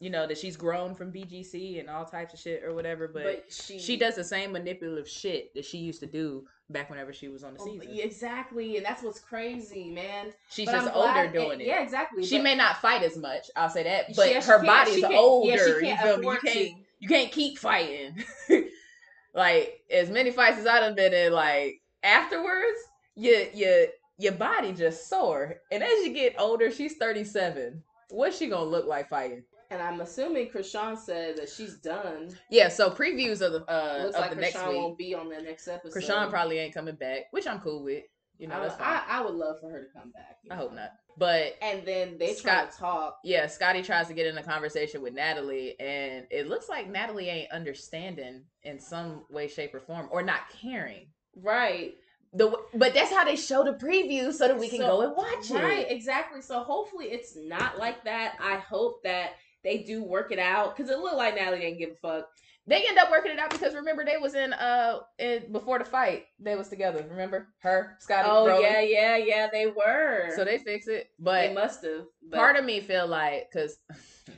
You know, that she's grown from BGC and all types of shit or whatever, but,
she
she does the same manipulative shit that she used to do back whenever she was on the
Oh,
season.
exactly, and that's what's crazy, man.
She's
But
just
I'm
older
glad-
doing it.
Yeah, exactly.
She
but-
may not fight as much, I'll say that,
She-
but
yeah, she
her
can't-
body's
she can't-
older.
yeah, she
you
can't
feel me? You
afford
can't,
to.
you can't keep fighting. <laughs> like as many fights as I done been in, like afterwards, your your your body just sore. And as you get older, she's thirty seven. What's she gonna look like fighting?
And I'm assuming Krishan said that she's done.
Yeah, so previews of the
Uh,
uh, of
Looks like
the next
Krishan
week.
won't be on the next episode.
Krishan probably ain't coming back, which I'm cool with. You know,
I,
that's
don't-
fine.
I, I would love for her to come back. you
I
know.
hope not. But
And then they try
Scott-
to talk.
yeah, Scotty tries to get in a conversation with Natalie, and it looks like Natalie ain't understanding in some way, shape, or form, or not caring.
Right.
The w- but that's how they show the preview so that we can
So-
go and watch
Right,
it.
exactly. So hopefully it's not like that. I hope that they do work it out because it looked like Natalie didn't give a fuck.
They end up working it out because remember they was in uh in before the fight they was together. Remember her Scotty.
Oh
Rowan.
yeah, yeah, yeah. They were.
So they fix it,
they
but
must have. But
part of me feel like because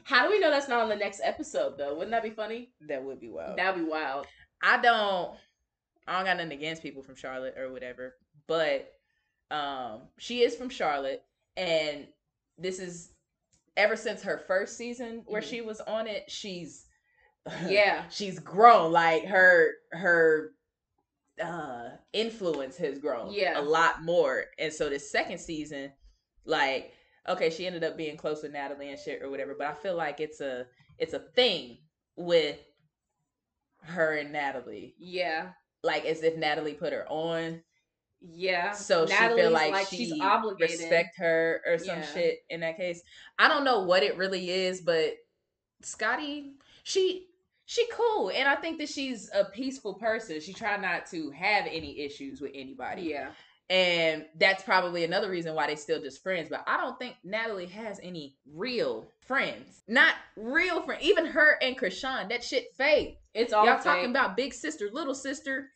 how do we know that's not on the next episode though? Wouldn't <laughs> that be funny?
that would be wild.
That'd
<laughs>
be wild.
I don't I don't got nothing against people from Charlotte or whatever, but um she is from Charlotte and this is ever since her first season where
Mhm.
she was on it,
<laughs>
she's
Yeah.
she's grown like her her uh influence has grown
Yeah.
a lot more. And so this second season like okay, she ended up being close with Natalie and shit or whatever, but I feel like it's a it's a thing with her and Natalie
Yeah.
like as if Natalie put her on,
Yeah.
so she feel
Natalie's
like, she
she's obligated.
respect her or some
Yeah.
shit. In that case, I don't know what it really is, but Scotty, she she cool, and I think that she's a peaceful person. She try not to have any issues with anybody,
Yeah.
and that's probably another reason why they still just friends. But I don't think Natalie has any real friends, not real friends. Even her and Krishan, that shit fake.
It's all
Y'all
fake.
talking about big sister, little sister.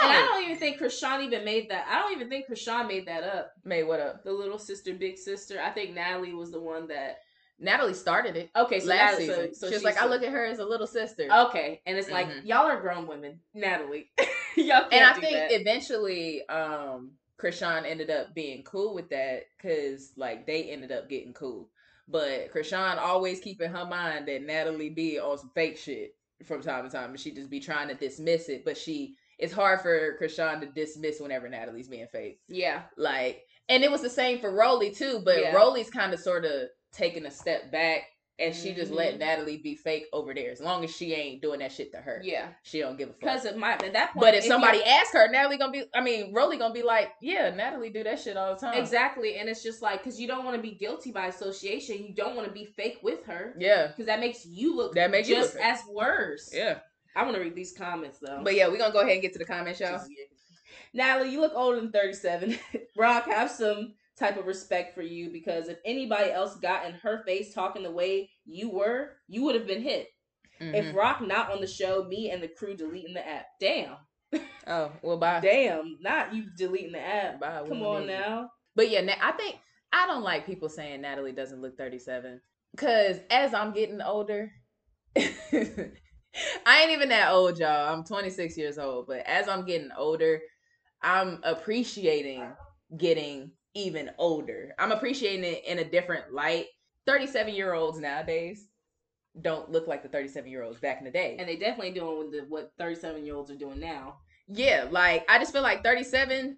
And I
No.
don't even think Krishan even made that. I don't even think Krishan made that up.
May what up?
The little sister, big sister. I think Natalie was the one that.
Natalie started it.
Okay, so
last
Natalie,
season.
So, so
she was like,
she's
I
the-
look at her as a little sister.
Okay, and it's like
Mhm.
y'all are grown women, Natalie. <laughs> y'all can't
and I
do
think
that.
eventually, um, Krishan ended up being cool with that because like they ended up getting cool. But Krishan always keep in her mind that Natalie be on some fake shit from time to time, and she just be trying to dismiss it. But she, it's hard for Krishan to dismiss whenever Natalie's being fake.
yeah,
Like, and it was the same for Rolly too, but
Yeah.
Rolly's kind of sort of taking a step back and she just let
Mhm.
Natalie be fake over there as long as she ain't doing that shit to her.
yeah.
She don't give a fuck.
Because it might at that point,
But if,
you-
somebody asks her, Natalie gonna be I mean, Rolly gonna be like, Yeah, Natalie do that shit all the time.
exactly, and it's just like because you don't want to be guilty by association, you don't want to be fake with her
Yeah.
because that makes you look
That makes you look
just
fake.
as worse.
Yeah.
I want to read these comments though.
But yeah, we're gonna go ahead and get to the comments, y'all.
Jesus. Natalie, you look older than <laughs> 37. Brock, have some type of respect for you because if anybody else got in her face talking the way you were, you would have been hit. If
Mhm.
Rock not on the show, me and the crew deleting the app. Damn.
Oh, well bye.
Damn. Not you deleting the app.
Bye. we
Come
don't
on
need you.
now.
But yeah, Na- I think I don't like people saying Natalie doesn't look 37 because as I'm getting older, <laughs> I ain't even that old, y'all. I'm 26 years old, but as I'm getting older, I'm appreciating getting even older. I'm appreciating it in a different light. 37 year olds nowadays don't look like the 37 year olds back in the day.
And they definitely doing what the, what 37 year olds are doing now.
yeah, like I just feel like 37,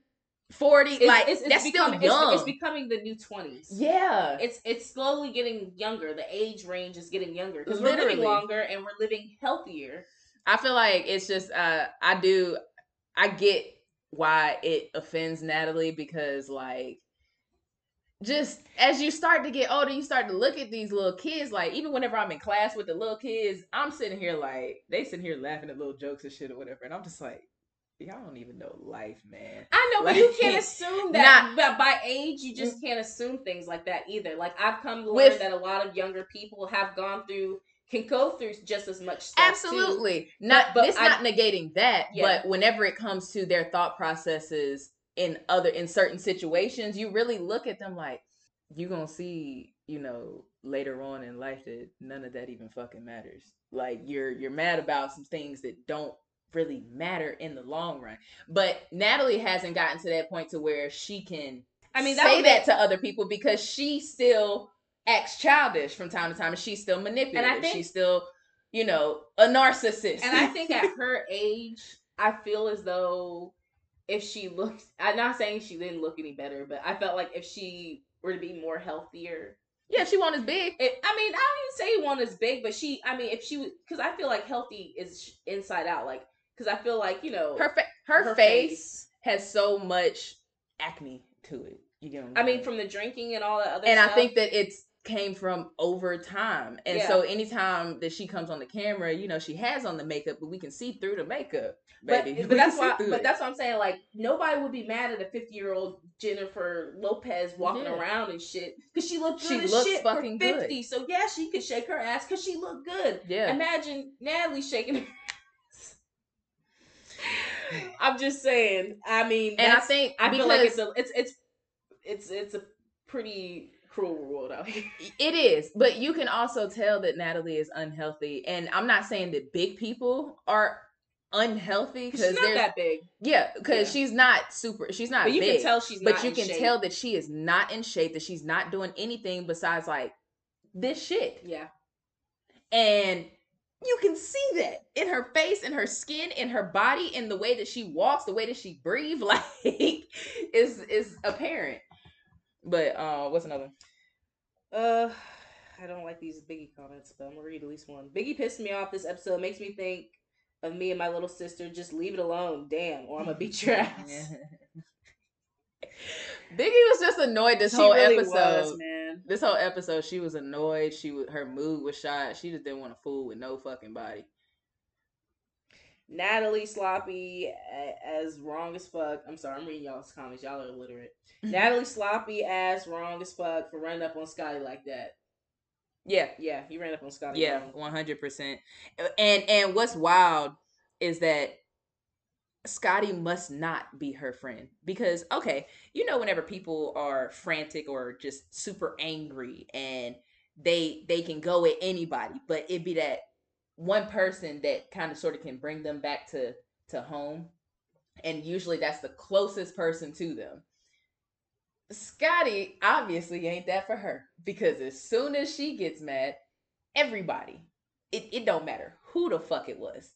40, like that's
becoming,
still young.
It's, it's becoming the new 20s.
yeah.
It's it's slowly getting younger. The age range is getting younger because we're living
Literally.
longer and we're living healthier.
I feel like it's just uh I do I get why it offends Natalie because like just as you start to get older, you start to look at these little kids. Like even whenever I'm in class with the little kids, I'm sitting here like they sitting here laughing at little jokes and shit or whatever, and I'm just like, y'all don't even know life, man.
I know, but
Like,
you <laughs> can't assume that. but by age, you just can't assume things like that either. Like I've come to learn
With-
that a lot of younger people have gone through, can go through just as much stuff. too.
Absolutely not.
but
But it's
I-
not negating that.
Yeah.
But whenever it comes to their thought processes in other in certain situations, you really look at them like you're gonna see. You know, later on in life that none of that even fucking matters. Like you're you're mad about some things that don't really matter in the long run. But Natalie hasn't gotten to that point to where she can
I mean, that
say
would
that to other people because she still acts childish from time to time and she's still manipulative.
think-
she's still, you know, a narcissist.
and I think at her age, I feel as though if she looked, I'm not saying she didn't look any better, but I felt like if she were to be more healthier
<laughs> Yeah, if she want is big.
It, I mean, I don't even say he want as big, but she. I mean, if she was, because I feel like healthy is sh- inside out. Like, because I feel like you know,
Her, fa- her,
Her
face,
face.
has so much acne to it. You get what
I
I'm
mean,
saying?
from the drinking and all that other.
and I
stuff,
think that it's came from over time. And so anytime that she comes on the camera, you know, she has on the makeup, but we can see through the makeup,
but,
baby. <laughs> We
but
can
that's
see
why.
through
But
it.
that's what I'm saying. Like, nobody would be mad at a 50 year old Jennifer Lopez walking
Yeah.
around and shit because she looked good
She
as
looks
shit
fucking
for
good.
50. So yeah, she could shake her ass because she looked good.
yeah.
Imagine Natalie shaking her ass. I'm just saying. I mean,
and I
that's-
think
I
because
feel like it's a it's it's it's it's a pretty cruel world <laughs> out here.
it is, but you can also tell that Natalie is unhealthy. And I'm not saying that big people are unhealthy
She's
because
not
there's
that big,
yeah, because
yeah.
she's not super. She's not
but you
big.
can tell she's.
but
not
you
in
can
shape.
tell that she is not in shape. That she's not doing anything besides like this shit.
Yeah,
And you can see that in her face, in her skin, in her body, in the way that she walks, the way that she breathes, <laughs> like is is apparent. But uh what's another?
Uh, I don't like these Biggie comments, but I'm gonna read at least one. Biggie pissed me off this episode. Makes me think of me and my little sister. Just leave it alone, damn, or I'm gonna beat <laughs> your ass.
Biggie was just annoyed this
She
whole
really
episode.
was, man.
this whole episode, she was annoyed. She wa- her mood was shot. She just didn't want to fool with no fucking body.
Natalie sloppy a- as wrong as fuck. I'm sorry, I'm reading y'all's comments. Y'all are illiterate. Natalie sloppy ass wrong as fuck for running up on Scotty like that.
Yeah,
Yeah, he ran up on Scotty.
yeah,
wrong.
one hundred percent. Uh, And and what's wild is that Scotty must not be her friend because okay, you know whenever people are frantic or just super angry and they they can go at anybody, but it be that one person that kind of sort of can bring them back to to home, and usually that's the closest person to them. Scotty obviously ain't that for her because as soon as she gets mad, everybody, it, it don't matter who the fuck it was.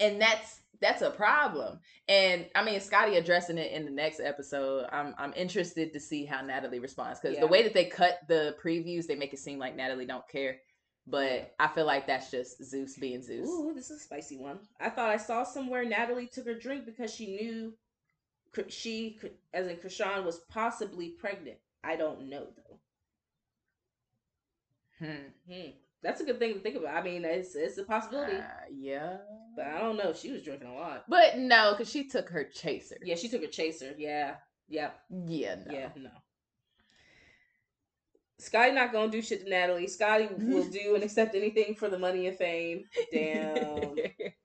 And that's that's a problem. And I mean Scotty addressing it in the next episode. I'm I'm interested to see how Natalie responds because
Yeah.
the way that they cut the previews, they make it seem like Natalie don't care. But I feel like that's just Zeus being Zeus.
Ooh, this is a spicy one. I thought I saw somewhere Natalie took her drink because she knew Kr- she, Kr- as in Krishan, was possibly pregnant. I don't know though.
Hmm.
Hmm. That's a good thing to think about. I mean, it's it's a possibility,
Uh, yeah.
but I don't know. She was drinking a lot.
But no, because she took her chaser.
Yeah, she took a chaser. Yeah, yeah,
Yeah. No.
yeah. No. Scotty not gonna do shit to Natalie. Scotty
<laughs>
will do and accept anything for the money and fame. Damn.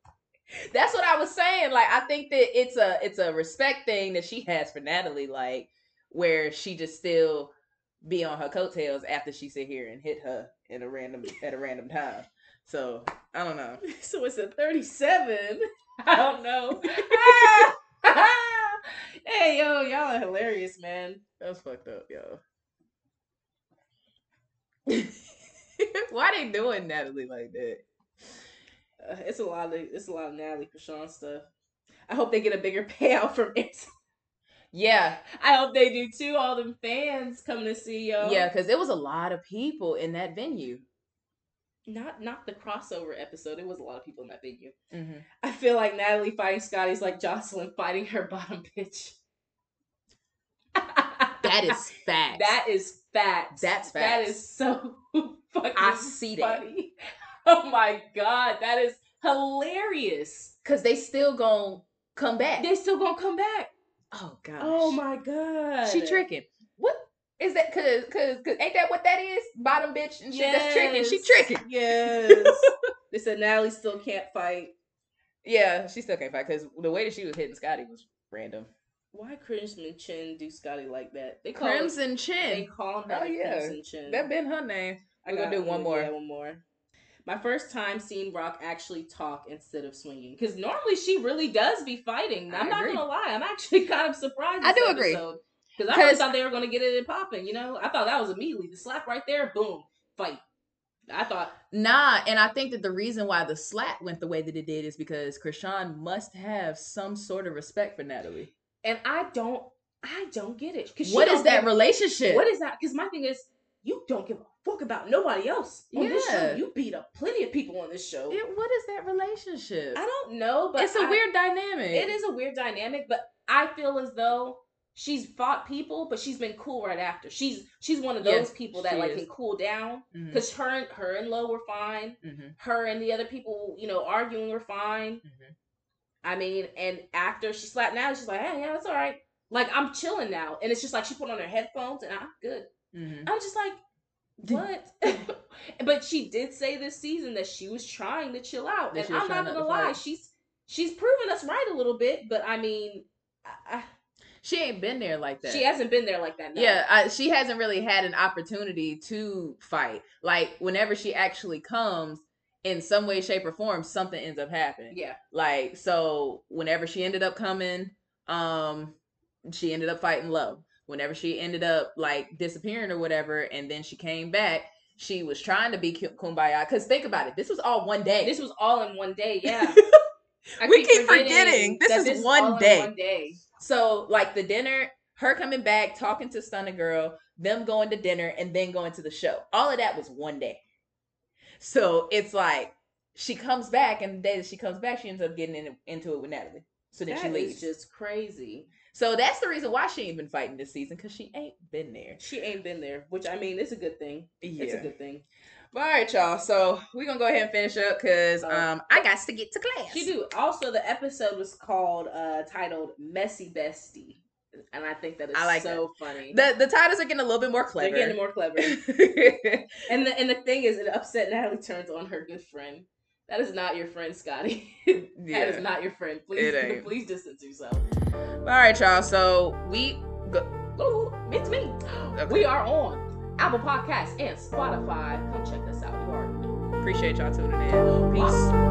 <laughs> That's what I was saying. Like I think that it's a it's a respect thing that she has for Natalie, like where she just still be on her coattails after she sit here and hit her in a random at a random time. So I don't know.
<laughs> so it's a 37. <laughs> I don't know. <laughs> hey, yo, y'all are hilarious, man.
That's fucked up, yo. <laughs> Why they doing Natalie like that?
Uh, it's a lot of it's a lot of Natalie Krishan stuff. I hope they get a bigger <laughs> payout from it. <laughs>
Yeah,
I hope they do too. All them fans coming to see y'all.
yeah, because it was a lot of people in that venue.
Not not the crossover episode. It was a lot of people in that venue. I feel like Natalie fighting Scotty's like Jocelyn fighting her bottom bitch.
That <laughs> is fact.
<laughs> That is facts.
That's
That
facts.
is so <laughs> fucking
I see that.
funny. <laughs> Oh my god, that is hilarious.
because they still gonna come back.
They still gonna come back.
oh gosh.
Oh my god.
She tricking. What is that? Cause, cause, cause ain't that what that is? Bottom bitch and shit. That's tricking. She
Yes.
tricking.
Yes. <laughs> they said Natalie still can't fight.
Yeah, she still can't fight because the way that she was hitting Scotty was random.
Why Crimson Chin do Scotty like that? They call him,
Crimson
they
Chin.
call him
Oh,
that
yeah.
Crimson Chin.
That been her name.
I
We're gonna
got-
do one
yeah,
more.
Yeah, one more. My first time seeing Rock actually talk instead of swinging, because normally she really does be fighting.
I
I'm not
agree.
gonna lie, I'm actually <laughs> kind of surprised.
I do agree.
because I really
'Cause-
thought they were gonna get it and popping. You know, I thought that was immediately the slap right there, boom, fight. I thought
Nah, and I think that the reason why the slap went the way that it did is because Krishan must have some sort of respect for Natalie.
and I don't I don't get it. 'Cause she
What
don't
is that
get-
relationship?
What is that? Because my thing is, you don't give a fuck about nobody else on this show.
Yeah.
You beat up plenty of people on this show.
It, what is that relationship?
I don't know, but
it's a
I-
weird dynamic.
It is a weird dynamic, but I feel as though she's fought people, but she's been cool right after. She's she's one of those
Yes,
people that
she
like
is.
can cool down
Mhm,
because her and her and Lo were fine.
mhm,
Her and the other people, you know, arguing were fine.
mhm.
I mean, and after she slapped now, she's like, hey, yeah, that's all right. Like I'm chilling now, and it's just like she put on her headphones, and I'm good.
Mhm.
I'm just like,
<laughs>
what? <laughs> but she did say this season that she was trying to chill out,
That
and
she was
I'm
trying not
not gonna
to
lie,
fight.
she's she's proven us right a little bit. But I mean, I,
She ain't been there like
I,
that.
she hasn't been there like that. Now.
Yeah, I, she hasn't really had an opportunity to fight. Like whenever she actually comes, in some way, shape, or form, something ends up happening.
yeah.
Like so, whenever she ended up coming, um, she ended up fighting love. Whenever she ended up like disappearing or whatever, and then she came back, she was trying to be cu- kumbaya. Because think about it, this was all one day.
This was all in one day.
<laughs>
Yeah, I
We keep forgetting. This
that
is
is
one
all in
day.
one day.
So like the dinner, her coming back, talking to Stunner Girl, them going to dinner, and then going to the show. All of that was one day. So it's like she comes back, and the day that she comes back, she ends up getting in, into it with Natalie. So then she
That
leaves.
is just crazy.
so that's the reason why she ain't been fighting this season because she ain't been there.
She ain't been there, which I mean, it's a good thing. It's a good thing.
But all right, y'all. So we're gonna go ahead and finish up because
Oh.
um I got to get to class.
She do. Also, the episode was called uh titled "Messy Bestie," and I think that is
I like
so funny.
The the titles are getting a little bit more clever.
They're getting more clever. and the and the thing is, it upset Natalie turns on her good friend. That is not your friend, Scotty. <laughs> That is
<laughs> yeah.
not your friend. Please,
ain't.
please distance yourself.
All right, y'all. So we go.
Ooh, it's me. We are on Apple Podcasts and Spotify. Come check us out. You are
Appreciate y'all tuning in. Peace.